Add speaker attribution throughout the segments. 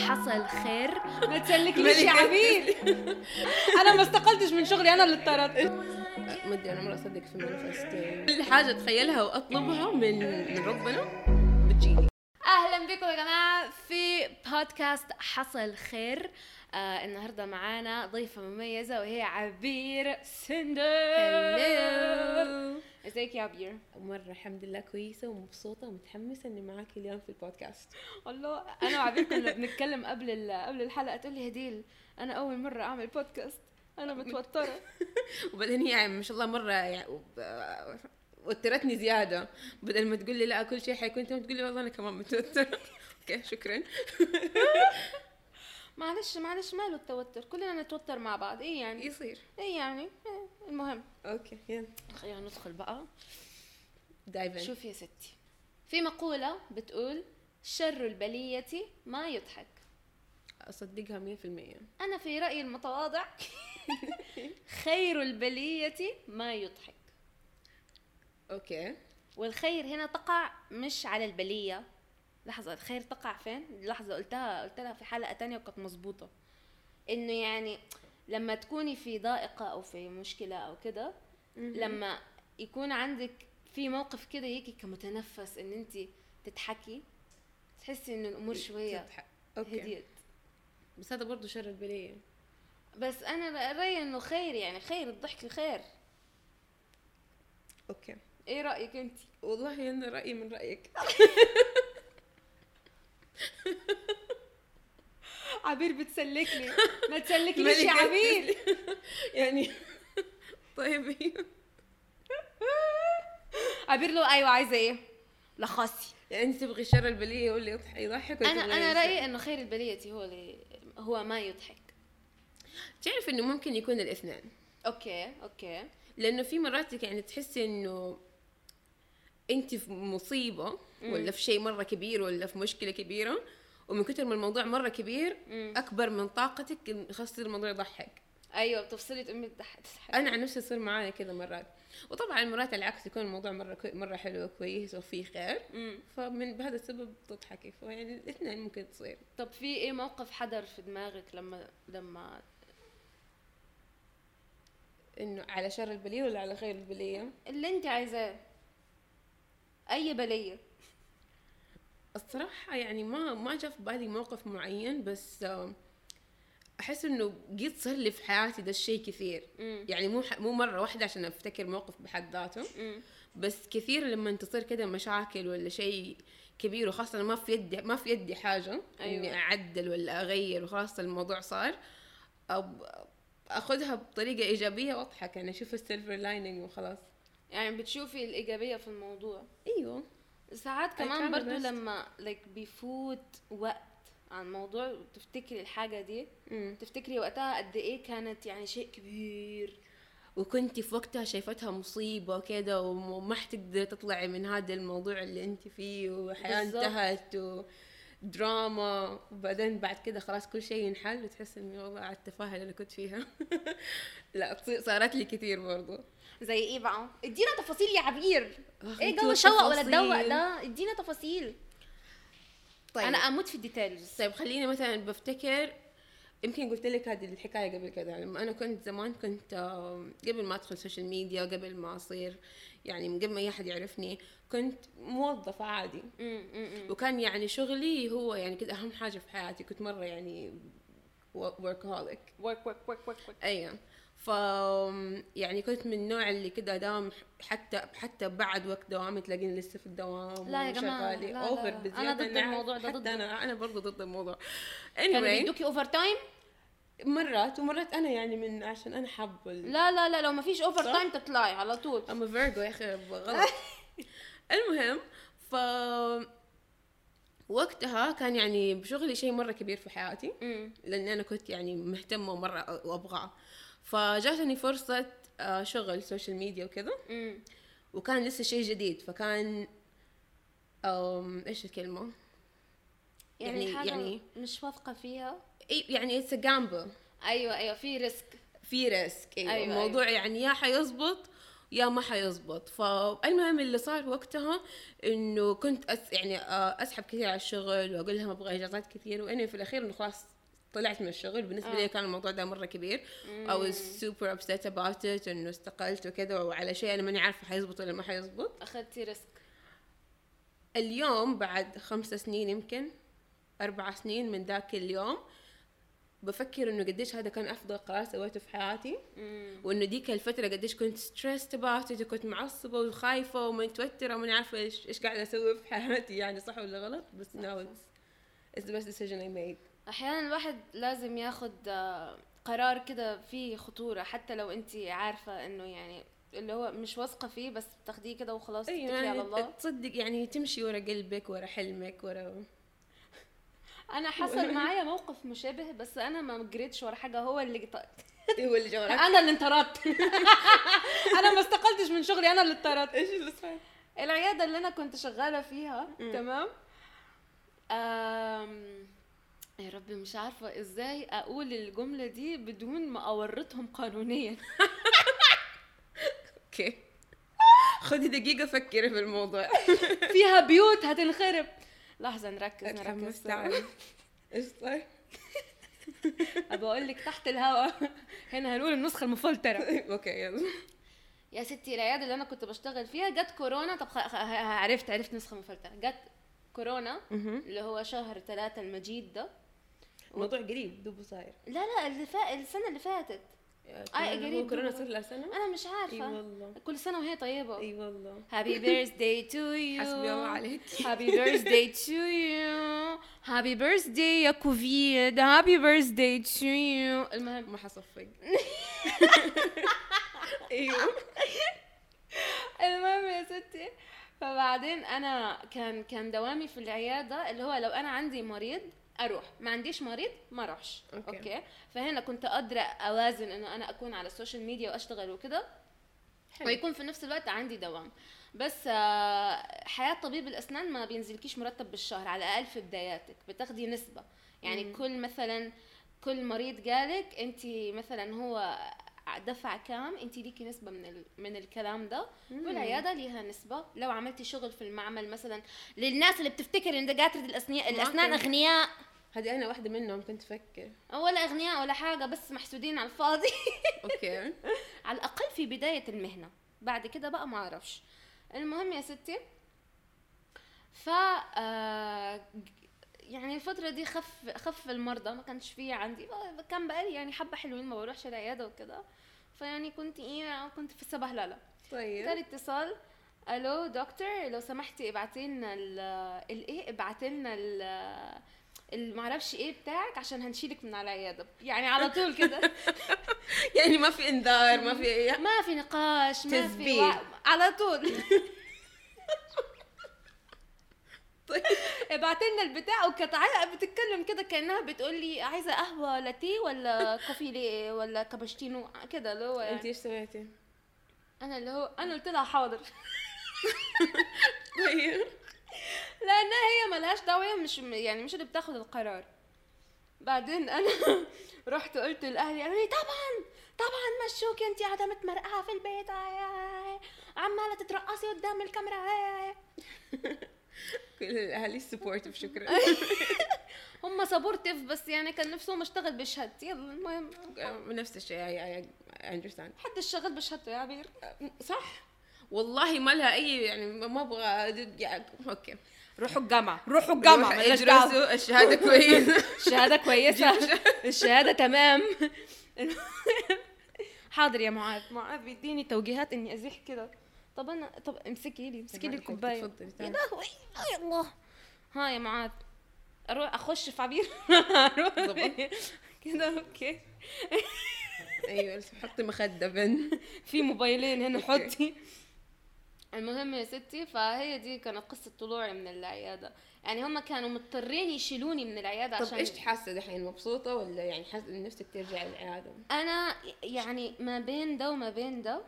Speaker 1: حصل خير
Speaker 2: ما تسلكليش يا عبيد انا ما استقلتش من شغلي انا اللي اضطرت
Speaker 3: مدري انا مره اصدق في المانيفستو كل حاجه اتخيلها واطلبها من من ربنا بتجيني
Speaker 1: اهلا بكم يا جماعه في بودكاست حصل خير آه النهارده معانا ضيفه مميزه وهي عبير سندر
Speaker 3: هلو
Speaker 2: ازيك يا عبير
Speaker 3: مره الحمد لله كويسه ومبسوطه ومتحمسه اني معاكي اليوم في البودكاست
Speaker 2: الله انا وعبير كنا بنتكلم قبل ال- قبل الحلقه تقول لي هديل انا اول مره اعمل بودكاست انا متوتره
Speaker 3: وبعدين هي يعني ما شاء الله مره يعني وب- وترتني زياده بدل ما تقول لي لا كل شيء حيكون تمام تقول لي والله انا كمان متوتره اوكي شكرا
Speaker 2: معلش معلش ماله التوتر كلنا نتوتر مع بعض ايه يعني
Speaker 3: يصير
Speaker 2: ايه يعني إيه، المهم
Speaker 3: اوكي يلا
Speaker 2: خلينا ندخل بقى
Speaker 3: دايفن
Speaker 2: شوف يا ستي في مقولة بتقول شر البلية ما يضحك
Speaker 3: اصدقها 100%
Speaker 2: أنا في رأيي المتواضع خير البلية ما يضحك
Speaker 3: اوكي
Speaker 2: والخير هنا تقع مش على البلية لحظة الخير تقع فين؟ لحظة قلتها قلت لها في حلقة تانية وكانت مظبوطة إنه يعني لما تكوني في ضائقة أو في مشكلة أو كده لما يكون عندك في موقف كده يجي كمتنفس إن أنت تضحكي تحسي إن الأمور شوية
Speaker 3: تضحك. اوكي
Speaker 2: هديت
Speaker 3: بس هذا برضه شر البليه
Speaker 2: بس أنا رأيي إنه خير يعني خير الضحك خير
Speaker 3: اوكي
Speaker 2: إيه رأيك أنت؟
Speaker 3: والله انا رايي من رايك
Speaker 2: عبير بتسلكني ما تسلكنيش يا عبير
Speaker 3: يعني طيب أيوه.
Speaker 2: عبير له ايوه عايزه ايه لخصي
Speaker 3: يعني انت تبغي شر البليه هو اللي يضحك يضحك ولا
Speaker 2: انا
Speaker 3: تبغي
Speaker 2: انا
Speaker 3: شر-
Speaker 2: رايي انه خير البليه هو اللي هو ما يضحك
Speaker 3: تعرف انه ممكن يكون الاثنين
Speaker 2: اوكي اوكي
Speaker 3: لانه في مرات يعني تحسي انه انت في مصيبه ولا في شيء مره كبير ولا في مشكله كبيره ومن كثر ما الموضوع مره كبير
Speaker 2: مم.
Speaker 3: اكبر من طاقتك إن خلاص يصير الموضوع يضحك
Speaker 2: ايوه بتفصلي تقومي تضحك
Speaker 3: انا عن نفسي يصير معايا كذا مرات وطبعا مرات العكس يكون الموضوع مره كوي... مره حلو وكويس وفيه خير
Speaker 2: أمم.
Speaker 3: فمن بهذا السبب تضحكي فيعني الاثنين ممكن تصير
Speaker 2: طب في ايه موقف حضر في دماغك لما لما
Speaker 3: انه على شر البليه ولا على خير البليه
Speaker 2: اللي انت عايزاه اي بليه
Speaker 3: الصراحة يعني ما ما جاء في بالي موقف معين بس آم، أحس إنه قد صار لي في حياتي ده الشيء كثير
Speaker 2: امم
Speaker 3: يعني مو ح- مو مرة واحدة عشان أفتكر موقف بحد ذاته
Speaker 2: أمم.
Speaker 3: بس كثير لما تصير كده مشاكل ولا شيء كبير وخاصة ما في يدي ما في يدي حاجة أيوة.
Speaker 2: أيوة.
Speaker 3: إني أعدل ولا أغير وخلاص الموضوع صار أب أخذها بطريقة إيجابية وأضحك يعني أشوف السيلفر لايننج وخلاص
Speaker 2: يعني بتشوفي الايجابيه في الموضوع
Speaker 3: أيوه
Speaker 2: ساعات
Speaker 3: try
Speaker 2: كمان
Speaker 3: my
Speaker 2: برضو
Speaker 3: best.
Speaker 2: لما like بيفوت وقت عن موضوع وتفتكري الحاجه دي
Speaker 3: أمم.
Speaker 2: تفتكري وقتها قد ايه كانت يعني شيء كبير
Speaker 3: وكنت في وقتها شايفتها مصيبة كده وما حتقدري تطلعي من هذا الموضوع اللي انت فيه وحياة
Speaker 2: بالظبط.
Speaker 3: انتهت ودراما وبعدين بعد كده خلاص كل شيء ينحل وتحس اني والله على التفاهة اللي كنت فيها لا تصير- صارت لي كثير برضو
Speaker 2: زي ايه بقى؟ ادينا تفاصيل يا عبير
Speaker 3: آه،
Speaker 2: ايه
Speaker 3: انتي
Speaker 2: جو الشوق ولا
Speaker 3: والتفاصيل.
Speaker 2: الدوق ده؟ ادينا تفاصيل
Speaker 3: طيب
Speaker 2: انا
Speaker 3: انا
Speaker 2: اموت في الديتيلز
Speaker 3: طيب خليني مثلا بفتكر يمكن قلت لك هذه الحكايه قبل كده لما انا كنت زمان كنت آه، قبل ما ادخل سوشيال ميديا قبل ما اصير يعني من قبل ما اي احد يعرفني كنت موظفه عادي
Speaker 2: أمم، أمم، أمم.
Speaker 3: وكان يعني شغلي هو يعني كده اهم حاجه في حياتي كنت مره يعني وركهوليك
Speaker 2: ورك ورك ورك ورك ورك
Speaker 3: ايوه ف يعني كنت من النوع اللي كده دام حتى حتى بعد وقت دوامي تلاقيني لسه في الدوام
Speaker 2: لا يا جماعة، لا، لا،
Speaker 3: اوفر
Speaker 2: لا. أنا
Speaker 3: بزياده
Speaker 2: ضد
Speaker 3: عارف-
Speaker 2: الموضوع ده،
Speaker 3: نعم. حتى
Speaker 2: ضده.
Speaker 3: انا انا برضه ضد الموضوع
Speaker 2: كانوا
Speaker 3: anyway
Speaker 2: بيدوكي اوفر تايم؟
Speaker 3: مرات ومرات انا يعني من عشان انا حابه ال-
Speaker 2: لا لا لا لو ما فيش اوفر
Speaker 3: صح.
Speaker 2: تايم تطلعي على طول
Speaker 3: اما فيرجو يا اخي غلط المهم ف وقتها كان يعني بشغلي شيء مره كبير في حياتي
Speaker 2: أمم.
Speaker 3: لاني انا كنت يعني مهتمه مره وابغاه فجاتني فرصه آه، شغل سوشيال ميديا وكذا
Speaker 2: أمم.
Speaker 3: وكان لسه شيء جديد فكان أم ايش الكلمه
Speaker 2: يعني
Speaker 3: يعني-
Speaker 2: حاجه
Speaker 3: يعني-
Speaker 2: مش واثقه فيها
Speaker 3: إي- يعني اتس جامبل
Speaker 2: ايوه ايوه في ريسك
Speaker 3: في ريسك أيوة.
Speaker 2: أيوة،
Speaker 3: الموضوع يعني يا حيزبط يا ما حيزبط فالمهم اللي صار وقتها انه كنت أس يعني آه، اسحب كثير على الشغل واقول لهم ابغى اجازات كثير واني في الاخير انه خلاص طلعت من الشغل بالنسبه لي كان الموضوع ده مره كبير I was super upset about it انه استقلت وكذا وعلى شيء انا ماني عارفه حيزبط ولا ما حيزبط
Speaker 2: اخذتي ريسك
Speaker 3: اليوم بعد خمس سنين يمكن أربع سنين من ذاك اليوم بفكر انه قديش هذا كان افضل قرار سويته في حياتي وانه ديك الفتره قديش كنت ستريسد اباوت وكنت معصبه وخايفه ومتوتره وماني عارفه ايش ايش قاعده اسوي في حياتي يعني صح ولا غلط بس ناو اتس ذا بيست ديسيجن اي ميد
Speaker 2: احيانا الواحد لازم ياخد آه، قرار كده فيه خطوره حتى لو انت عارفه انه يعني اللي هو مش واثقه فيه بس تاخديه كده وخلاص
Speaker 3: ايوه
Speaker 2: تتكلي على
Speaker 3: يعني
Speaker 2: الله
Speaker 3: تصدق يعني تمشي ورا قلبك ورا حلمك ورا
Speaker 2: انا حصل معايا موقف مشابه بس انا ما جريتش ورا حاجه هو اللي ط-
Speaker 3: ايوه اللي جواك
Speaker 2: انا اللي انطردت انا ما استقلتش من شغلي انا اللي انطردت
Speaker 3: ايش اللي صار؟
Speaker 2: العياده اللي انا كنت شغاله فيها تمام أم... يا ربي مش عارفه ازاي اقول الجمله دي بدون ما اورطهم قانونيا
Speaker 3: اوكي خذي دقيقه فكري في الموضوع
Speaker 2: فيها بيوت هتنخرب لحظه نركز نركز
Speaker 3: اتحمست اعرف ايش صار؟
Speaker 2: بقول لك تحت الهواء هنا هنقول النسخه المفلتره
Speaker 3: اوكي يلا
Speaker 2: يا ستي العياده اللي انا كنت بشتغل فيها جت كورونا طب خ... خ... عرفت عرفت نسخه مفلتره جت كورونا اللي هو شهر ثلاثة المجيد ده
Speaker 3: الموضوع قريب دوبه صاير
Speaker 2: لا لا اللي فا... السنه اللي فاتت
Speaker 3: كورونا- هو
Speaker 2: قريب
Speaker 3: كورونا
Speaker 2: دوبه.
Speaker 3: صار لها سنه
Speaker 2: انا مش عارفه
Speaker 3: اي والله
Speaker 2: كل سنه وهي طيبه
Speaker 3: اي والله
Speaker 2: هابي بيرثداي تو يو
Speaker 3: حسبي الله عليك
Speaker 2: هابي بيرثداي تو يو هابي بيرثداي يا كوفيد هابي بيرثداي تو يو المهم
Speaker 3: ما حصفق ايوه
Speaker 2: المهم يا ستي فبعدين انا كان كان دوامي في العياده اللي هو لو انا عندي مريض اروح ما عنديش مريض ما اروحش
Speaker 3: أوكي.
Speaker 2: أوكي. اوكي فهنا كنت قادره اوازن انه انا اكون على السوشيال ميديا واشتغل وكده
Speaker 3: حلو.
Speaker 2: ويكون في نفس الوقت عندي دوام بس آه، حياه طبيب الاسنان ما بينزلكيش مرتب بالشهر على الاقل في بداياتك بتاخدي نسبه يعني
Speaker 3: مم.
Speaker 2: كل مثلا كل مريض جالك انت مثلا هو دفع كام انت ليكي نسبه من ال... من الكلام ده والعياده ليها نسبه لو عملتي شغل في المعمل مثلا للناس اللي بتفتكر ان دكاتره الاسنان الاسنان
Speaker 3: ممكن.
Speaker 2: اغنياء
Speaker 3: هذه انا واحده منهم كنت افكر
Speaker 2: ولا اغنياء ولا حاجه بس محسودين على الفاضي
Speaker 3: اوكي
Speaker 2: على الاقل في بدايه المهنه بعد كده بقى ما اعرفش المهم يا ستي ف آه، ج- يعني الفترة دي خف خف المرضى ما كانش فيه عندي آه، كان بقالي يعني حبة حلوين ما بروحش العيادة وكده فيعني كنت ايه كنت في السبهللة
Speaker 3: طيب
Speaker 2: جالي اتصال الو دكتور لو سمحتي ابعتي لنا ال- الايه ابعتي لنا ال- المعرفش ايه بتاعك عشان هنشيلك من على العياده يعني على طول كده
Speaker 3: يعني ما في انذار ما في
Speaker 2: ما في نقاش ما في
Speaker 3: تثبيت.
Speaker 2: وع- على طول
Speaker 3: طيب.
Speaker 2: ابعتي لنا البتاع وكانت عا- بتتكلم كده كانها بتقول لي عايزه قهوه لاتيه ولا كوفي ليه ولا كابتشينو كده اللي هو
Speaker 3: انت
Speaker 2: يعني
Speaker 3: ايش سويتي؟
Speaker 2: انا اللي هو انا قلت لها حاضر
Speaker 3: طيب
Speaker 2: لانها هي ملهاش دعوه مش يعني مش اللي بتاخد القرار بعدين انا رحت قلت لاهلي قالوا لي طبعا طبعا مشوكي انت قاعده متمرقعه في البيت آي- آي- عماله تترقصي قدام الكاميرا آي- آي.
Speaker 3: كل الاهالي سبورتيف شكرا
Speaker 2: هم سبورتيف بس يعني كان نفسهم اشتغل بشهادتي يلا المهم
Speaker 3: نفس الشيء اي اندرستاند
Speaker 2: حد اشتغل بشهادته يا عبير
Speaker 3: صح والله ما لها اي يعني ما ابغى يعني اوكي
Speaker 2: روحوا الجامعه روحوا
Speaker 3: روح ادرسوا الشهاده كويسه
Speaker 2: الشهاده كويسه الشهاده تمام حاضر يا معاذ معاذ بيديني توجيهات اني ازيح كده طب انا طب امسكي لي امسكي لي
Speaker 3: طبعاً حبيبتي،
Speaker 2: الكوبايه
Speaker 3: تفضلي،
Speaker 2: يا
Speaker 3: تعالي.
Speaker 2: لهوي يا الله ها يا معاذ اروح اخش في عبير أروح.
Speaker 3: بالضبط.
Speaker 2: كده اوكي
Speaker 3: ايوه بس حطي مخده بن
Speaker 2: في موبايلين هنا
Speaker 3: أوكي.
Speaker 2: حطي المهم يا ستي فهي دي كانت قصه طلوعي من العياده يعني هم كانوا مضطرين يشيلوني من العياده
Speaker 3: طب
Speaker 2: عشان
Speaker 3: ايش حاسه دحين مبسوطه ولا يعني حاسه ان نفسك ترجعي للعياده؟
Speaker 2: انا يعني ما بين ده وما بين ده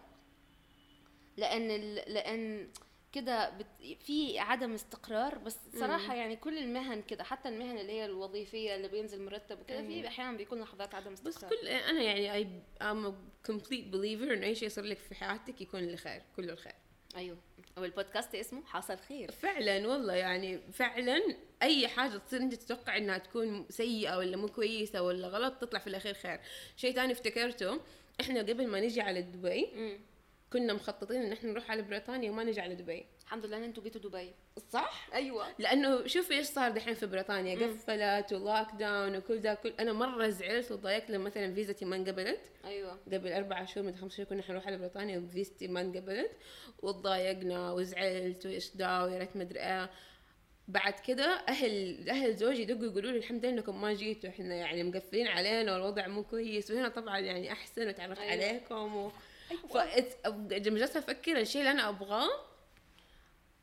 Speaker 2: لان ال... لان كده بت... في عدم استقرار بس صراحه يعني كل المهن كده حتى المهن اللي هي الوظيفيه اللي بينزل مرتب وكده في احيانا بيكون لحظات عدم استقرار
Speaker 3: بس كل انا يعني اي ام كومبليت بليفر انه اي شيء يصير لك في حياتك يكون لخير كله الخير
Speaker 2: ايوه والبودكاست اسمه حصل خير
Speaker 3: فعلا والله يعني فعلا اي حاجه تصير انت تتوقع انها تكون سيئه ولا مو كويسه ولا غلط تطلع في الاخير خير شيء ثاني افتكرته احنا قبل ما نجي على دبي
Speaker 2: امم
Speaker 3: كنا مخططين ان احنا نروح على بريطانيا وما نجي على دبي
Speaker 2: الحمد لله ان انتوا جيتوا دبي
Speaker 3: صح
Speaker 2: ايوه
Speaker 3: لانه شوفي ايش صار دحين في بريطانيا قفلت ولوك داون وكل ده كل انا مره زعلت وتضايقت لما مثلا فيزتي ما انقبلت
Speaker 2: ايوه
Speaker 3: قبل أربع شهور من خمس شهور كنا حنروح على بريطانيا وفيزتي ما انقبلت وتضايقنا وزعلت وايش دا ويا ريت ما ادري ايه بعد كده اهل اهل زوجي يدقوا يقولوا لي الحمد لله انكم ما جيتوا احنا يعني مقفلين علينا والوضع مو كويس وهنا طبعا يعني احسن وتعرفت
Speaker 2: أيوة.
Speaker 3: أيوة. عليكم و... فإت- لما جلست افكر الشيء اللي انا ابغاه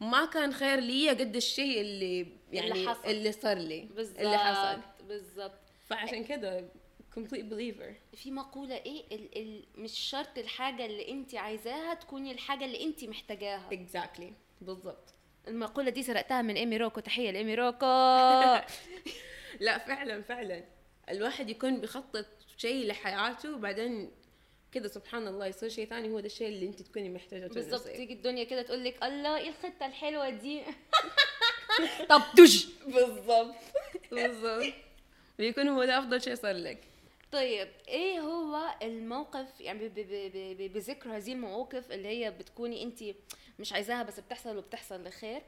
Speaker 3: ما كان خير لي قد الشيء اللي يعني اللي,
Speaker 2: حصل.
Speaker 3: اللي صار لي
Speaker 2: بالظبط
Speaker 3: اللي حصل
Speaker 2: بالظبط
Speaker 3: فعشان كده complete believer
Speaker 2: في مقولة ايه ال ال مش شرط الحاجة اللي انت عايزاها تكوني الحاجة اللي انت محتاجاها
Speaker 3: exactly بالضبط
Speaker 2: المقولة دي سرقتها من ايمي روكو تحية لايمي روكو
Speaker 3: لا فعلا فعلا الواحد يكون بيخطط شيء لحياته وبعدين كذا سبحان الله يصير شيء ثاني هو ده الشيء اللي انت تكوني محتاجه إنه
Speaker 2: بالظبط
Speaker 3: يصير.
Speaker 2: تيجي الدنيا كده تقول لك الله ايه الخطة الحلوة دي طب دج
Speaker 3: بالضبط بالضبط بيكون هو ده افضل شيء صار لك
Speaker 2: طيب ايه هو الموقف يعني ب- ب- ب- ب- بذكر هذه المواقف اللي هي بتكوني انت مش عايزاها بس بتحصل وبتحصل لخير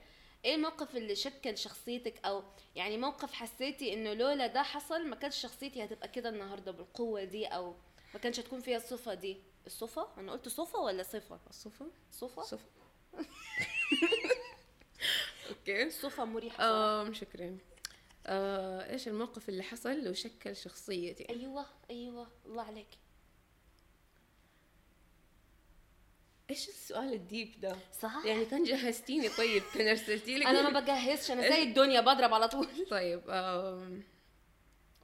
Speaker 2: ايه الموقف اللي شكل شخصيتك او يعني موقف حسيتي انه لولا ده حصل ما كانتش شخصيتي هتبقى كده النهارده بالقوه دي او ما كانش هتكون فيها الصفه دي الصفه انا قلت صفه ولا صفه
Speaker 3: صفا
Speaker 2: صفه
Speaker 3: صفا اوكي
Speaker 2: الصفه مريحه صراحة.
Speaker 3: آم شكرا آه ايش الموقف اللي حصل وشكل شخصيتي
Speaker 2: ايوه ايوه الله عليك
Speaker 3: ايش السؤال الديب ده
Speaker 2: صح
Speaker 3: يعني كان جهزتيني طيب كان ارسلتي لك
Speaker 2: انا ما بجهزش انا زي الدنيا بضرب على طول
Speaker 3: طيب آم،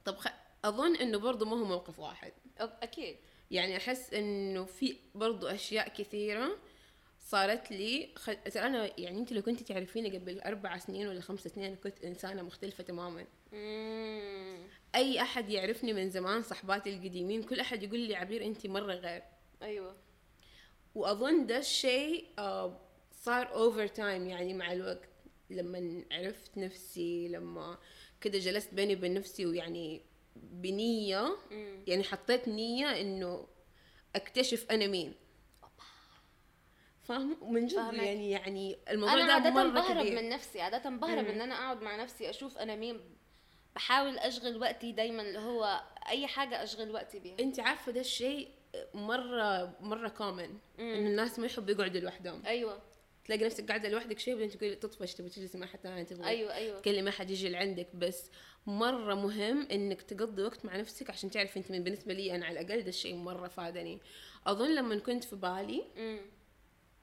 Speaker 3: طب خ... اظن انه برضه ما هو موقف واحد
Speaker 2: أب- اكيد
Speaker 3: يعني احس انه في برضه اشياء كثيره صارت لي خ... ترى انا يعني انت لو كنت تعرفيني قبل اربع سنين ولا خمس سنين أنا كنت انسانه مختلفه تماما
Speaker 2: مم.
Speaker 3: اي احد يعرفني من زمان صحباتي القديمين كل احد يقول لي عبير انت مره غير
Speaker 2: ايوه
Speaker 3: واظن ده الشيء آه، صار اوفر تايم يعني مع الوقت لما عرفت نفسي لما كده جلست بيني وبين نفسي ويعني بنية
Speaker 2: مم.
Speaker 3: يعني حطيت نية انه اكتشف انا مين فاهمة ومن جد
Speaker 2: فاهمك.
Speaker 3: يعني يعني الموضوع
Speaker 2: انا
Speaker 3: ده
Speaker 2: عاده
Speaker 3: مرة
Speaker 2: بهرب
Speaker 3: كبير
Speaker 2: من نفسي عاده بهرب ان انا اقعد مع نفسي اشوف انا مين بحاول اشغل وقتي دايما اللي هو اي حاجه اشغل وقتي بيها
Speaker 3: انت عارفة ده الشيء مرة مرة كومن
Speaker 2: مم.
Speaker 3: انه الناس ما يحبوا يقعدوا لوحدهم
Speaker 2: ايوه
Speaker 3: تلاقي نفسك قاعدة لوحدك شوي بعدين تقولي تطفش تبي تجلسي مع حد ثاني تبغي
Speaker 2: ايوه ايوه
Speaker 3: تكلم احد يجي لعندك بس مره مهم انك تقضي وقت مع نفسك عشان تعرف انت من بالنسبه لي انا على الاقل ده الشيء مره فادني اظن لما كنت في بالي
Speaker 2: مم.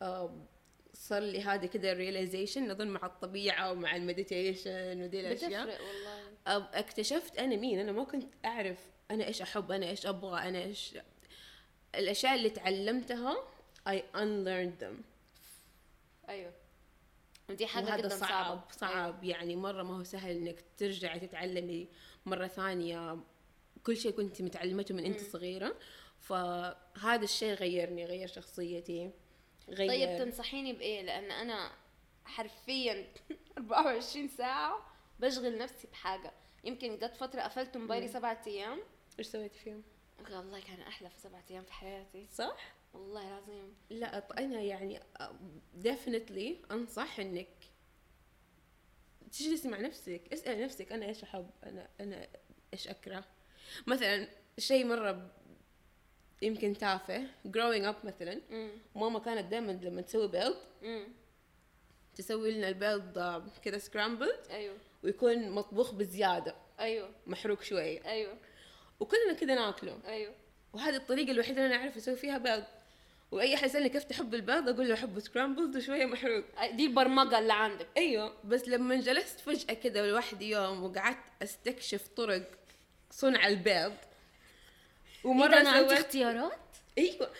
Speaker 3: آه، صار لي هذا كده الريلايزيشن اظن مع الطبيعه ومع المديتيشن ودي الاشياء
Speaker 2: بتفرق والله
Speaker 3: آه، اكتشفت انا مين انا ما كنت اعرف انا ايش احب انا ايش ابغى انا ايش الاشياء اللي تعلمتها I unlearned them
Speaker 2: ايوه دي حاجه
Speaker 3: وهذا
Speaker 2: جدا
Speaker 3: صعب
Speaker 2: صعبه
Speaker 3: صعب, صعب
Speaker 2: إيه.
Speaker 3: يعني مرة ما هو سهل انك ترجعي تتعلمي مرة ثانية كل شيء كنت متعلمته من انت صغيرة فهذا الشيء غيرني غير شخصيتي غير
Speaker 2: طيب تنصحيني بايه لان انا حرفيا 24 ساعه بشغل نفسي بحاجه يمكن جت فتره قفلت موبايلي سبعة ايام
Speaker 3: ايش سويتي فيهم؟
Speaker 2: والله كان احلى في سبعة ايام في حياتي
Speaker 3: صح؟
Speaker 2: والله العظيم
Speaker 3: لا ط- انا يعني ديفنتلي انصح انك تجلسي مع نفسك اسألي نفسك انا ايش احب انا انا ايش اكره مثلا شيء مرة ب- يمكن تافه growing up مثلا
Speaker 2: امم
Speaker 3: ماما كانت دائما لما تسوي بيض
Speaker 2: امم
Speaker 3: تسوي لنا البيض آه، كذا سكرامبل
Speaker 2: ايوه
Speaker 3: ويكون مطبوخ بزياده
Speaker 2: ايوه
Speaker 3: محروق شويه
Speaker 2: ايوه
Speaker 3: وكلنا كذا ناكله
Speaker 2: ايوه
Speaker 3: وهذه الطريقه الوحيده اللي انا اعرف اسوي فيها بيض واي احد يسالني كيف تحب البيض اقول له احبه سكرامبلد وشويه محروق
Speaker 2: أي- دي البرمجه اللي عندك
Speaker 3: ايوه بس لما جلست فجاه كذا لوحدي يوم وقعدت استكشف طرق صنع البيض
Speaker 2: إيه ده،
Speaker 3: ومره
Speaker 2: انا عندي
Speaker 3: سويت
Speaker 2: اختيارات
Speaker 3: ايوه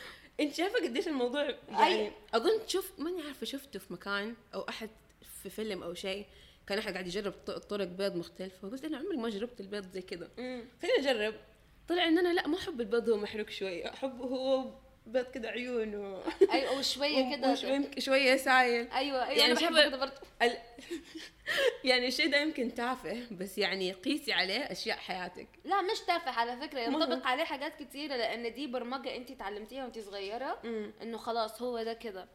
Speaker 3: انت شايفه قديش الموضوع يعني
Speaker 2: أيوة.
Speaker 3: اظن شوف ماني عارفه شفته في مكان او احد في فيلم او شيء كان احد قاعد يجرب ط- طرق بيض مختلفه قلت انا عمري ما جربت البيض زي كذا خليني اجرب طلع ان انا لا ما احب البيض هو محروق شويه احب هو بيض كده عيونه
Speaker 2: ايوه وشويه كده
Speaker 3: شويه سايل
Speaker 2: ايوه ايوه
Speaker 3: يعني
Speaker 2: انا بحب
Speaker 3: شوف-
Speaker 2: كده برضه
Speaker 3: ال... يعني الشيء ده يمكن تافه بس يعني قيسي عليه اشياء حياتك
Speaker 2: لا مش تافه على فكره
Speaker 3: ما هو.
Speaker 2: ينطبق عليه حاجات كتيره لان دي برمجه انت اتعلمتيها وانت صغيره انه خلاص هو ده كده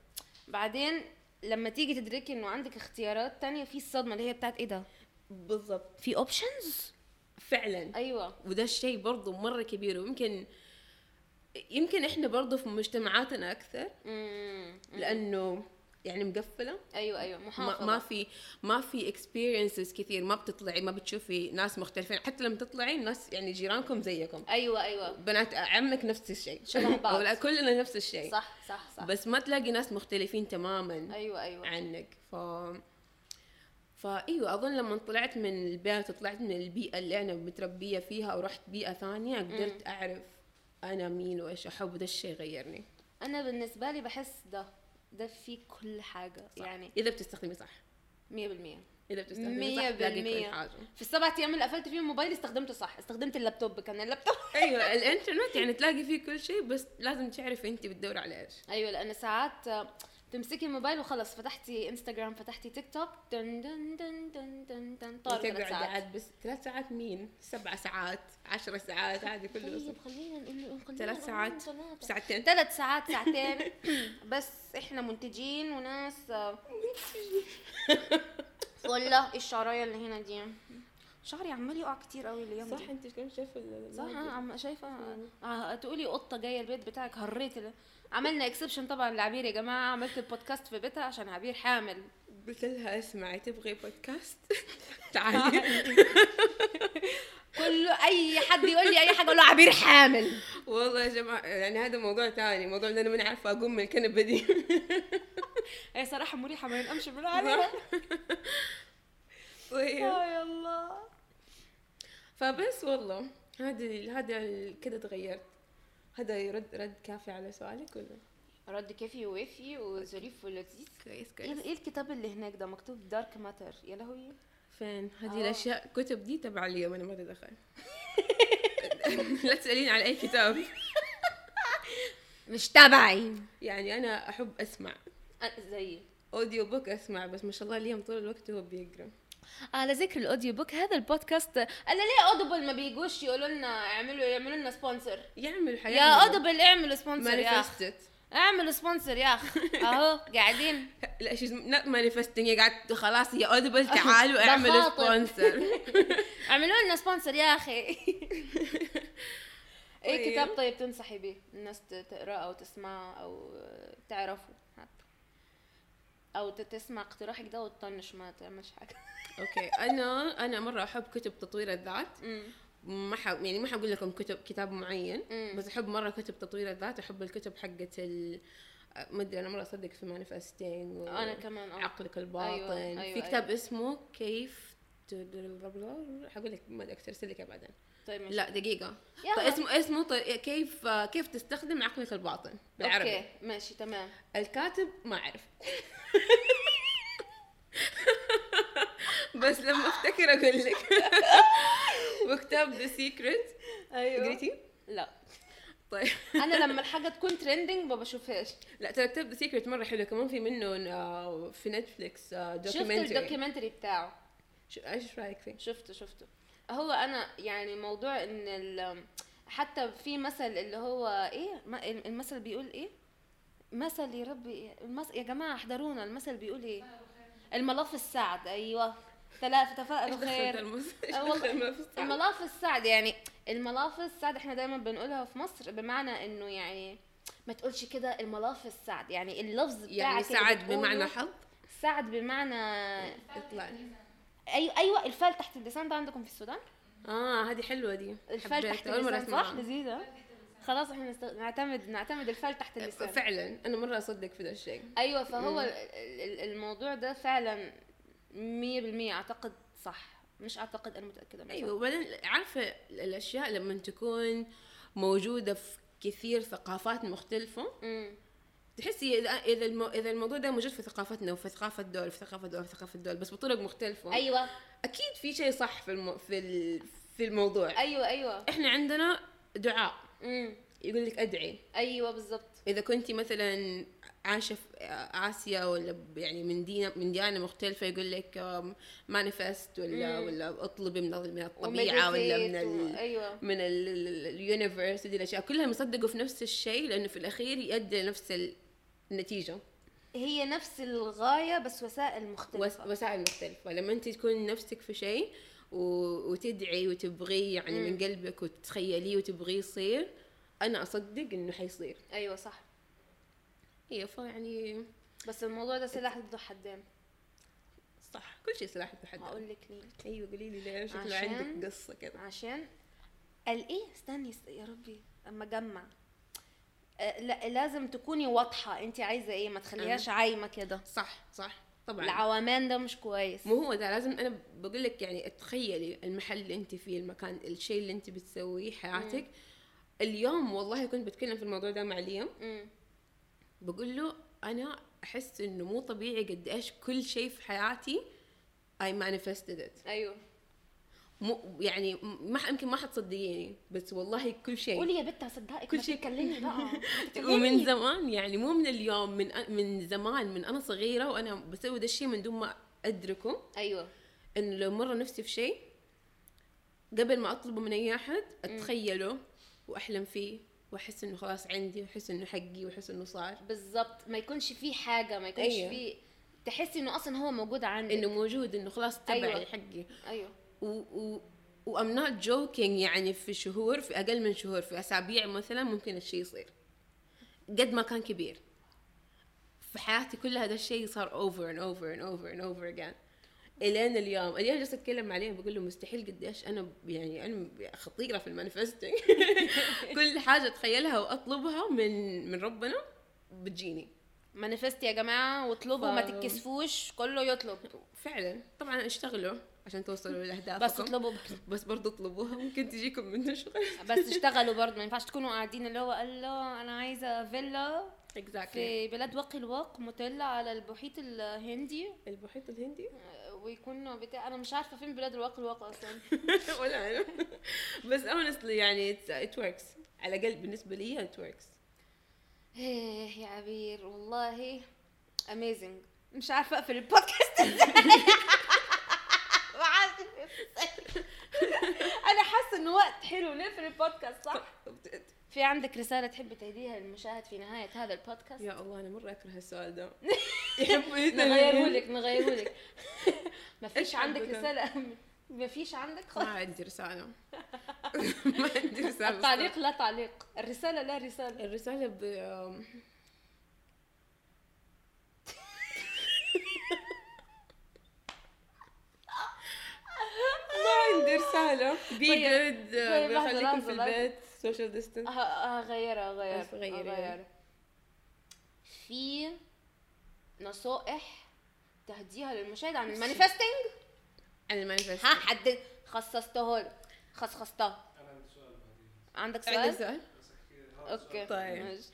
Speaker 2: بعدين لما تيجي تدركي انه عندك اختيارات تانية في الصدمه اللي هي بتاعت ايه ده
Speaker 3: بالضبط
Speaker 2: في اوبشنز
Speaker 3: فعلا
Speaker 2: ايوه
Speaker 3: وده الشيء برضو مره كبير ويمكن يمكن احنا برضو في مجتمعاتنا اكثر
Speaker 2: امم
Speaker 3: لانه يعني مقفله
Speaker 2: ايوه ايوه
Speaker 3: ما,
Speaker 2: محافظه
Speaker 3: ما في ما في اكسبيرينسز كثير ما بتطلعي ما بتشوفي ناس مختلفين حتى لما تطلعي ناس يعني جيرانكم زيكم
Speaker 2: ايوه ايوه
Speaker 3: بنات عمك نفس الشيء
Speaker 2: شبه بعض.
Speaker 3: أو لا، كلنا نفس الشيء
Speaker 2: صح صح صح
Speaker 3: بس يعني ما تلاقي ناس مختلفين تماما
Speaker 2: ايوه ايوه
Speaker 3: عنك ف فايوه اظن لما طلعت من البيت وطلعت من البيئه اللي انا متربيه فيها ورحت بيئه ثانيه قدرت اعرف انا مين وايش احب وده الشيء غيرني
Speaker 2: انا بالنسبه لي بحس ده ده في كل حاجه
Speaker 3: صح.
Speaker 2: يعني
Speaker 3: اذا بتستخدمي
Speaker 2: 100%
Speaker 3: صح اذا بتستخدمي صح
Speaker 2: مية
Speaker 3: تلاقي كل
Speaker 2: بالمية.
Speaker 3: حاجه
Speaker 2: في السبع ايام اللي قفلت فيهم موبايلي استخدمته صح استخدمت اللابتوب كان اللابتوب
Speaker 3: ايوه الانترنت يعني تلاقي فيه كل شيء بس لازم تعرفي انت بتدوري على ايش
Speaker 2: ايوه لان ساعات آه، تمسكي الموبايل وخلص فتحتي انستغرام فتحتي تيك توك دن دن دن دن دن دن طار طيب، ثلاث
Speaker 3: تقعد
Speaker 2: ساعات
Speaker 3: قاعد بس ثلاث ساعات مين؟ سبع ساعات عشر ساعات هذه كله
Speaker 2: طيب خلينا نقول له خلينا
Speaker 3: ثلاث
Speaker 2: نقول
Speaker 3: ساعات
Speaker 2: ثلاثة.
Speaker 3: ساعتين
Speaker 2: ثلاث ساعات ساعتين بس احنا منتجين وناس آه، والله الشعرايه اللي هنا دي شعري عمال يقع كتير قوي اليوم
Speaker 3: صح
Speaker 2: دي.
Speaker 3: انت كم شايفه
Speaker 2: صح انا عم شايفه آه، تقولي قطه جايه البيت بتاعك هريت ال- عملنا اكسبشن طبعا لعبير يا جماعه عملت البودكاست في بيتها عشان عبير حامل
Speaker 3: قلت لها اسمعي تبغي بودكاست تعالي
Speaker 2: كله اي حد يقول لي اي حاجه اقول له عبير حامل
Speaker 3: والله يا جماعه يعني هذا موضوع ثاني موضوع ان انا ما عارفه اقوم من الكنبه دي
Speaker 2: هي صراحه مريحه ما ينقمش من عليها
Speaker 3: طيب.
Speaker 2: آه،
Speaker 3: وهي-
Speaker 2: يا الله
Speaker 3: فبس والله هذا هذا ال- كده تغيرت هذا يرد رد كافي على سؤالك ولا
Speaker 2: رد كافي ووافي وظريف ولذيذ
Speaker 3: كويس
Speaker 2: ايه إيه الكتاب اللي هناك ده مكتوب دارك ماتر يا لهوي
Speaker 3: فين هذه
Speaker 2: آه.
Speaker 3: الاشياء كتب دي تبع اليوم انا ما أدري دخل لا تساليني على اي كتاب
Speaker 2: مش تبعي
Speaker 3: يعني انا احب اسمع
Speaker 2: زيي
Speaker 3: اوديو بوك اسمع بس ما شاء الله اليوم طول الوقت هو بيقرا
Speaker 2: على ذكر الاوديو بوك هذا البودكاست انا ليه اودبل ما بيجوش يقولوا لنا اعملوا يعملوا لنا سبونسر
Speaker 3: يعمل حياه
Speaker 2: يا اودبل اعملوا سبونسر يا اخ
Speaker 3: مانيفستد
Speaker 2: اعملوا سبونسر يا اخ اهو قاعدين
Speaker 3: لا شيز نوت مانيفستنج هي قاعد خلاص يا اودبل تعالوا
Speaker 2: ده
Speaker 3: اعملوا
Speaker 2: خاطر.
Speaker 3: سبونسر
Speaker 2: اعملوا لنا سبونسر يا اخي ايه
Speaker 3: طيب.
Speaker 2: كتاب طيب تنصحي به الناس ت- تقراه او تسمعه او تعرفه حتى او ت- تسمع اقتراحك ده وتطنش ما تعملش حاجه
Speaker 3: اوكي انا انا مره احب كتب تطوير الذات
Speaker 2: أمم.
Speaker 3: ما ح... يعني ما حقول لكم كتب كتاب معين
Speaker 2: مم.
Speaker 3: بس احب مره كتب تطوير الذات احب الكتب حقت ال ما ادري انا مره اصدق في مانيفستينج و...
Speaker 2: انا كمان اه
Speaker 3: عقلك الباطن أيوة. أيوة.
Speaker 2: أيوة،
Speaker 3: في
Speaker 2: أيوة.
Speaker 3: كتاب اسمه كيف ت- حقول لك ما ادري ارسل لك بعدين
Speaker 2: طيب ماشي.
Speaker 3: لا دقيقه
Speaker 2: يلا.
Speaker 3: طيب اسمه اسمه طي... كيف كيف تستخدم عقلك الباطن بالعربي أوكي.
Speaker 2: اوكي ماشي تمام
Speaker 3: الكاتب ما اعرف بس لما افتكر اقول لك وكتاب ذا سيكريت
Speaker 2: أيوه.
Speaker 3: قريتي؟
Speaker 2: لا
Speaker 3: طيب
Speaker 2: انا لما الحاجه تكون ترندنج ما بشوفهاش
Speaker 3: لا ترى كتاب ذا سيكريت مره حلو كمان في منه آه، في آه، نتفليكس
Speaker 2: شفت
Speaker 3: دوكيومنتري
Speaker 2: الدوكيومنتري بتاعه
Speaker 3: ايش رايك فيه؟
Speaker 2: شفته شفته هو انا يعني موضوع ان ال حتى في مثل اللي هو ايه ما- المثل بيقول ايه مثل يا ربي المثل يا جماعه احضرونا المثل بيقول ايه الملف السعد ايوه تلا تفائلوا خير آه، والله.
Speaker 3: خير
Speaker 2: الملاف السعد يعني الملاف السعد احنا دايما بنقولها في مصر بمعنى انه يعني ما تقولش كده الملاف السعد يعني اللفظ بتاعك
Speaker 3: يعني
Speaker 2: اللي
Speaker 3: سعد بمعنى
Speaker 2: بتقوله-
Speaker 3: حظ
Speaker 2: سعد بمعنى
Speaker 3: اطلع
Speaker 2: ايوه ايوه الفال تحت اللسان ده عندكم في السودان
Speaker 3: اه هذه حلوه دي
Speaker 2: الفال
Speaker 3: حبيت،
Speaker 2: تحت
Speaker 3: أول مرة
Speaker 2: اللسان صح
Speaker 3: أسمعها.
Speaker 2: لذيذة خلاص احنا نست... نعتمد نعتمد الفال تحت
Speaker 3: أه،
Speaker 2: اللسان
Speaker 3: فعلا انا مره اصدق في ذا الشيء
Speaker 2: ايوه فهو ال- ال- ال- الموضوع ده فعلا 100% اعتقد صح مش اعتقد انا متاكده من
Speaker 3: ايوه وبعدين عارفه الاشياء لما تكون موجوده في كثير ثقافات مختلفه
Speaker 2: امم
Speaker 3: تحسي اذا اذا المو... اذا الموضوع ده موجود في ثقافتنا وفي ثقافه دول في ثقافه دول في ثقافه دول بس بطرق مختلفه
Speaker 2: ايوه
Speaker 3: اكيد في شيء صح في الم... في ال... في الموضوع
Speaker 2: ايوه ايوه
Speaker 3: احنا عندنا دعاء
Speaker 2: امم
Speaker 3: يقول لك ادعي
Speaker 2: ايوه بالضبط
Speaker 3: اذا كنت مثلا عايشه في اسيا ولا ب- يعني من ديانه من ديانه مختلفه يقول لك مانيفست ولا
Speaker 2: مم.
Speaker 3: ولا اطلبي من من الطبيعه ولا من ال...
Speaker 2: ومدرسة و- ايوه
Speaker 3: من اليونيفرس ودي الاشياء كلهم يصدقوا في نفس الشيء لانه في الاخير يؤدي لنفس ال- النتيجه
Speaker 2: هي نفس الغايه بس وسائل مختلفه
Speaker 3: وس- وسائل مختلفه لما انت تكون نفسك في شيء و- وتدعي وتبغيه يعني من قلبك وتتخيليه وتبغيه يصير انا اصدق انه حيصير
Speaker 2: ايوه صح
Speaker 3: ايوه فيعني
Speaker 2: بس الموضوع ده سلاح ذو حدين
Speaker 3: صح كل شيء سلاح ذو حدين
Speaker 2: هقول لك ليه
Speaker 3: ايوه قولي لي ليش شكله
Speaker 2: عشان-
Speaker 3: عندك قصه كذا
Speaker 2: عشان قال ايه استني است- يا ربي اما اجمع آه، لا لازم تكوني واضحه انت عايزه ايه ما تخليهاش عايمه كده
Speaker 3: صح صح طبعا
Speaker 2: العومان ده مش كويس
Speaker 3: مو هو ده لازم انا بقول لك يعني تخيلي المحل اللي انت فيه المكان الشيء اللي انت بتسويه حياتك اليوم والله كنت بتكلم في الموضوع ده مع ليام
Speaker 2: مم.
Speaker 3: بقول له انا احس انه مو طبيعي قد ايش كل شيء في حياتي I manifested it
Speaker 2: ايوه
Speaker 3: مو يعني ما ح- يمكن ما حتصدقيني بس والله كل شيء
Speaker 2: قولي يا بت هصدقك
Speaker 3: إيه؟ كل
Speaker 2: كل
Speaker 3: شيء.
Speaker 2: شيء تكلمني بقى
Speaker 3: ومن زمان يعني مو من اليوم من أ- من زمان من انا صغيره وانا بسوي ده الشيء من دون ما ادركه
Speaker 2: ايوه
Speaker 3: انه لو مره نفسي في شيء قبل ما اطلبه من اي احد اتخيله واحلم فيه واحس انه خلاص عندي واحس انه حقي واحس انه صار
Speaker 2: بالظبط ما يكونش في حاجه ما يكونش
Speaker 3: أيوة.
Speaker 2: في تحسي انه اصلا هو موجود عندك
Speaker 3: انه موجود انه خلاص تبعي
Speaker 2: أيوة.
Speaker 3: حقي
Speaker 2: ايوه
Speaker 3: و و وام نوت جوكينج يعني في شهور في اقل من شهور في اسابيع مثلا ممكن الشيء يصير قد ما كان كبير في حياتي كل هذا الشيء صار اوفر اند اوفر اند اوفر اند اوفر again الين اليوم اليوم جالسه اتكلم مع ليام بقول له مستحيل قديش انا ب- يعني انا ب- خطيره في المانيفستنج كل حاجه اتخيلها واطلبها من من ربنا بتجيني
Speaker 2: مانيفست يا جماعه واطلبوا
Speaker 3: ف-
Speaker 2: ما تتكسفوش كله يطلب
Speaker 3: فعلا طبعا اشتغلوا عشان توصلوا لاهدافكم
Speaker 2: بس اطلبوا
Speaker 3: بس برضو اطلبوها ممكن تجيكم من شغل
Speaker 2: بس اشتغلوا برضه ما ينفعش تكونوا قاعدين اللي هو الله انا عايزه فيلا
Speaker 3: اكزاكتلي
Speaker 2: في بلاد واقي الواق مطلة على المحيط الهندي
Speaker 3: المحيط الهندي
Speaker 2: ويكون بتاع انا مش عارفه فين بلاد الواقي الواق اصلا
Speaker 3: ولا انا بس اونستلي يعني ات وركس على الاقل بالنسبه لي ات وركس
Speaker 2: إيه يا عبير والله اميزنج مش عارفه اقفل البودكاست ازاي ما عارفة إزاي. انا حاسه ان وقت حلو نقفل البودكاست صح في عندك رساله تحب تهديها للمشاهد في نهايه هذا البودكاست
Speaker 3: يا الله انا مره اكره السؤال ده
Speaker 2: نغيره
Speaker 3: يحبوا يتنبهوا.
Speaker 2: لك نغيره لك ما فيش
Speaker 3: إيش
Speaker 2: عندك
Speaker 3: عندك؟
Speaker 2: رساله ما فيش عندك
Speaker 3: ما
Speaker 2: خلاص
Speaker 3: عندي رساله ما عندي رساله
Speaker 2: التعليق لا تعليق الرساله لا رساله
Speaker 3: الرساله ب أم. ما عندي رسالة بي
Speaker 2: طيب،
Speaker 3: جود
Speaker 2: طيب، لحظة،
Speaker 3: بخليكم في
Speaker 2: لحظة، لحظة.
Speaker 3: البيت سوشيال ديستنس
Speaker 2: أه، هغيرها هغيرها
Speaker 3: بس غيري.
Speaker 2: هغيرها في نصائح تهديها للمشاهد عن المانيفستنج
Speaker 3: عن المانيفست
Speaker 2: ها حد خصصتها لك خصخصتها
Speaker 4: انا عندي سؤال بعدين
Speaker 2: عندك سؤال؟
Speaker 3: عندك سؤال؟
Speaker 4: بس احكي هذا السؤال
Speaker 2: اوكي
Speaker 3: طيب.
Speaker 2: ماشي.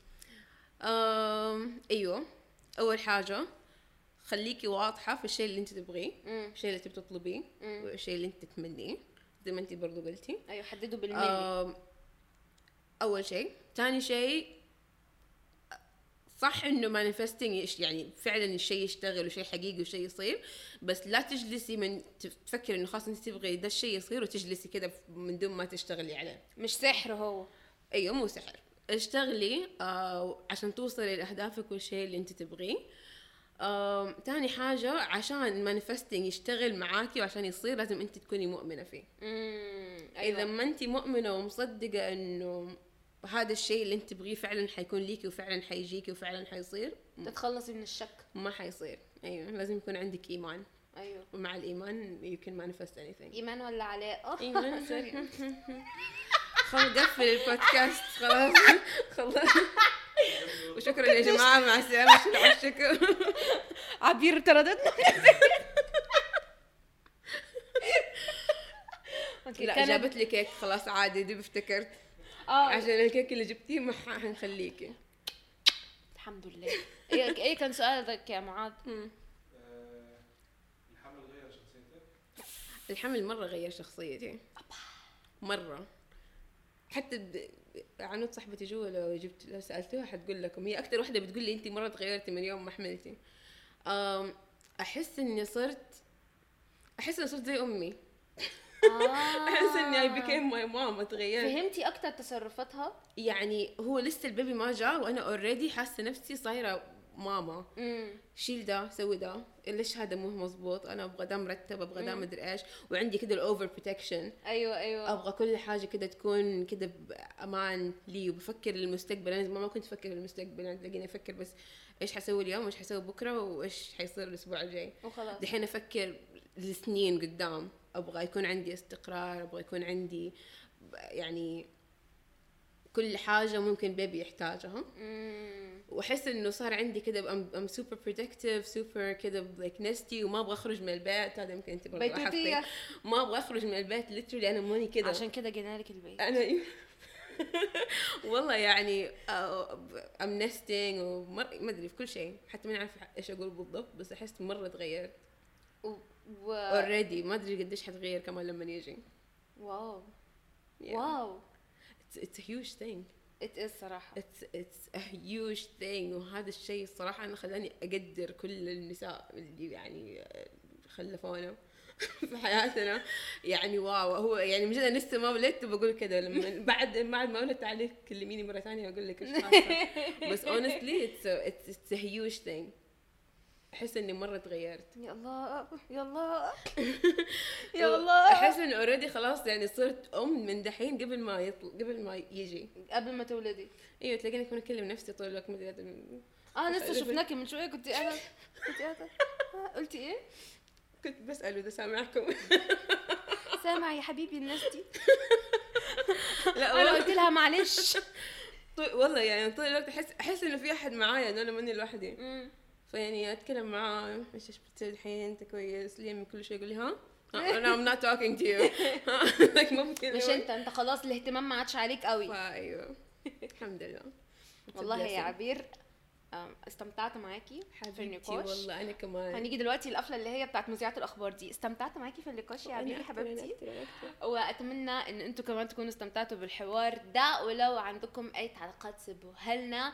Speaker 3: أم، ايوه اول حاجة خليكي واضحة في الشيء اللي انت تبغيه
Speaker 2: مم.
Speaker 3: الشيء اللي تبي تطلبيه
Speaker 2: مم.
Speaker 3: والشيء اللي انت تتمنيه زي ما انت برضو قلتي
Speaker 2: ايوه حددوا بالملي
Speaker 3: أم، اول شيء ثاني شيء صح انه مانيفستنج يعني فعلا الشيء يشتغل وشيء حقيقي وشيء يصير بس لا تجلسي من تفكر انه خلاص انت تبغي ده الشيء يصير وتجلسي كده من دون ما تشتغلي عليه
Speaker 2: مش سحر هو
Speaker 3: ايوه مو سحر اشتغلي آه عشان توصلي لاهدافك والشيء اللي انت تبغيه آه تاني حاجة عشان المانيفستنج يشتغل معاكي وعشان يصير لازم انت تكوني مؤمنة فيه
Speaker 2: امم
Speaker 3: اذا ما انت مؤمنه ومصدقه انه هذا الشيء اللي انت تبغيه فعلا حيكون ليكي وفعلا حيجيكي وفعلا حيصير
Speaker 2: تتخلصي من الشك
Speaker 3: ما حيصير ايوه لازم يكون عندك ايمان
Speaker 2: ايوه
Speaker 3: ومع الايمان you can manifest anything
Speaker 2: ايمان ولا علاء
Speaker 3: ايمان
Speaker 2: سوري
Speaker 3: خلاص قفل البودكاست خلاص خلاص وشكرا يا جماعه مع السلامه شكرا
Speaker 2: عبير طردتنا اوكي
Speaker 3: لا
Speaker 2: كانت-
Speaker 3: جابت لي كيك خلاص عادي دي افتكرت
Speaker 2: اه
Speaker 3: عشان الكيك اللي جبتيه ما حنخليكي
Speaker 2: الحمد لله ايه إيه كان سؤالك يا معاذ
Speaker 4: آه، الحمل غير شخصيتك
Speaker 3: الحمل مرة غير شخصيتي مرة حتى ب... عنود صاحبتي جوا لو جبت لو سألتوها حتقول لكم هي أكثر وحدة بتقول لي أنت مرة تغيرتي من يوم ما حملتي أم، أحس إني صرت أحس إني صرت زي أمي أحس إني أي بيكيم ماي ماما تغيرت
Speaker 2: آه. فهمتي اكتر تصرفاتها
Speaker 3: يعني هو لسه البيبي ما جاء وانا اوريدي حاسه نفسي صايره ماما
Speaker 2: امم
Speaker 3: شيل ده سوي ده ليش هذا مو مزبوط انا ابغى ده مرتب ابغى ده مدري ايش وعندي كده الاوفر بروتكشن
Speaker 2: ايوه ايوه
Speaker 3: ابغى كل حاجه كده تكون كده بامان لي وبفكر للمستقبل انا زمان ما كنت افكر للمستقبل انا تلاقيني افكر بس ايش حسوي اليوم وايش حسوي بكره وايش حيصير الاسبوع الجاي
Speaker 2: وخلاص
Speaker 3: دحين افكر لسنين قدام ابغى يكون عندي استقرار ابغى يكون عندي ب- يعني كل حاجه ممكن بيبي يحتاجها
Speaker 2: امم
Speaker 3: واحس انه صار عندي كده ام سوبر برودكتيف سوبر كده لايك نستي وما ابغى اخرج من البيت هذا يمكن انت برضه
Speaker 2: بيتوتية.
Speaker 3: لاحظتي. ما ابغى اخرج من البيت ليترلي انا ماني كده
Speaker 2: عشان كده جينا لك البيت
Speaker 3: انا والله يعني uh, ام نستنج ومر ما ادري في كل شيء حتى ما اعرف ايش اقول بالضبط بس احس مره تغيرت
Speaker 2: و... و...
Speaker 3: اوريدي ما ادري قديش حتغير كمان لما يجي
Speaker 2: واو
Speaker 3: Yeah.
Speaker 2: واو
Speaker 3: It's, it's a huge thing
Speaker 2: ات از صراحه
Speaker 3: it's, it's a huge thing وهذا الشيء الصراحة أنا خلاني أقدر كل النساء اللي يعني آه، خلفونا في حياتنا يعني واو هو يعني من جد أنا لسه ما ولدت وبقول كذا لما بعد بعد ما ولدت عليك كلميني مرة ثانية أقول لك إيش حاصل. بس honestly it's a, it's, it's a huge thing أحس إني مرة تغيرت
Speaker 2: يا الله يا الله يا الله
Speaker 3: أحس إني أوريدي خلاص يعني صرت أم من دحين قبل ما يطل... قبل ما يجي
Speaker 2: قبل ما تولدي
Speaker 3: ايوه تلاقيني اكون اكلم نفسي طول الوقت مدري هذا-
Speaker 2: اه لسه شفناكي من شويه كنت انا كنت انا آه، قلتي ايه
Speaker 3: كنت بسأله إذا سامعكم
Speaker 2: سامع يا حبيبي الناس دي
Speaker 3: لا
Speaker 2: انا قلت
Speaker 3: والله
Speaker 2: لها معلش
Speaker 3: طول والله يعني طول الوقت أحس أحس إنه في أحد معايا إنه أنا ماني لوحدي
Speaker 2: أمم.
Speaker 3: فيعني أتكلم معاه إيش إيش بتسوي الحين أنت كويس ليه من كل شيء يقول لي ها ها، أنا I'm not talking to you ها، like ممكن
Speaker 2: مش انت انت خلاص الاهتمام ما عادش عليك قوي
Speaker 3: أيوه الحمد لله
Speaker 2: والله يا
Speaker 3: blessing.
Speaker 2: عبير آم، استمتعت معاكي في
Speaker 3: حبيبتي
Speaker 2: النقاش
Speaker 3: والله أنا كمان
Speaker 2: هنيجي دلوقتي القفله اللي هي بتاعت مذيعه الاخبار دي استمتعت معاكي في النقاش يا عبير يا
Speaker 3: أنا أكتر، أنا
Speaker 2: حبيبتي
Speaker 3: أكتر، أنا أكتر.
Speaker 2: واتمنى ان انتم كمان تكونوا استمتعتوا بالحوار ده ولو عندكم اي تعليقات سيبوها لنا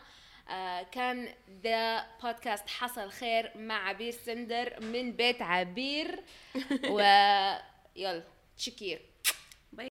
Speaker 2: آه، كان ذا بودكاست حصل خير مع عبير سندر من بيت عبير ويلا شكير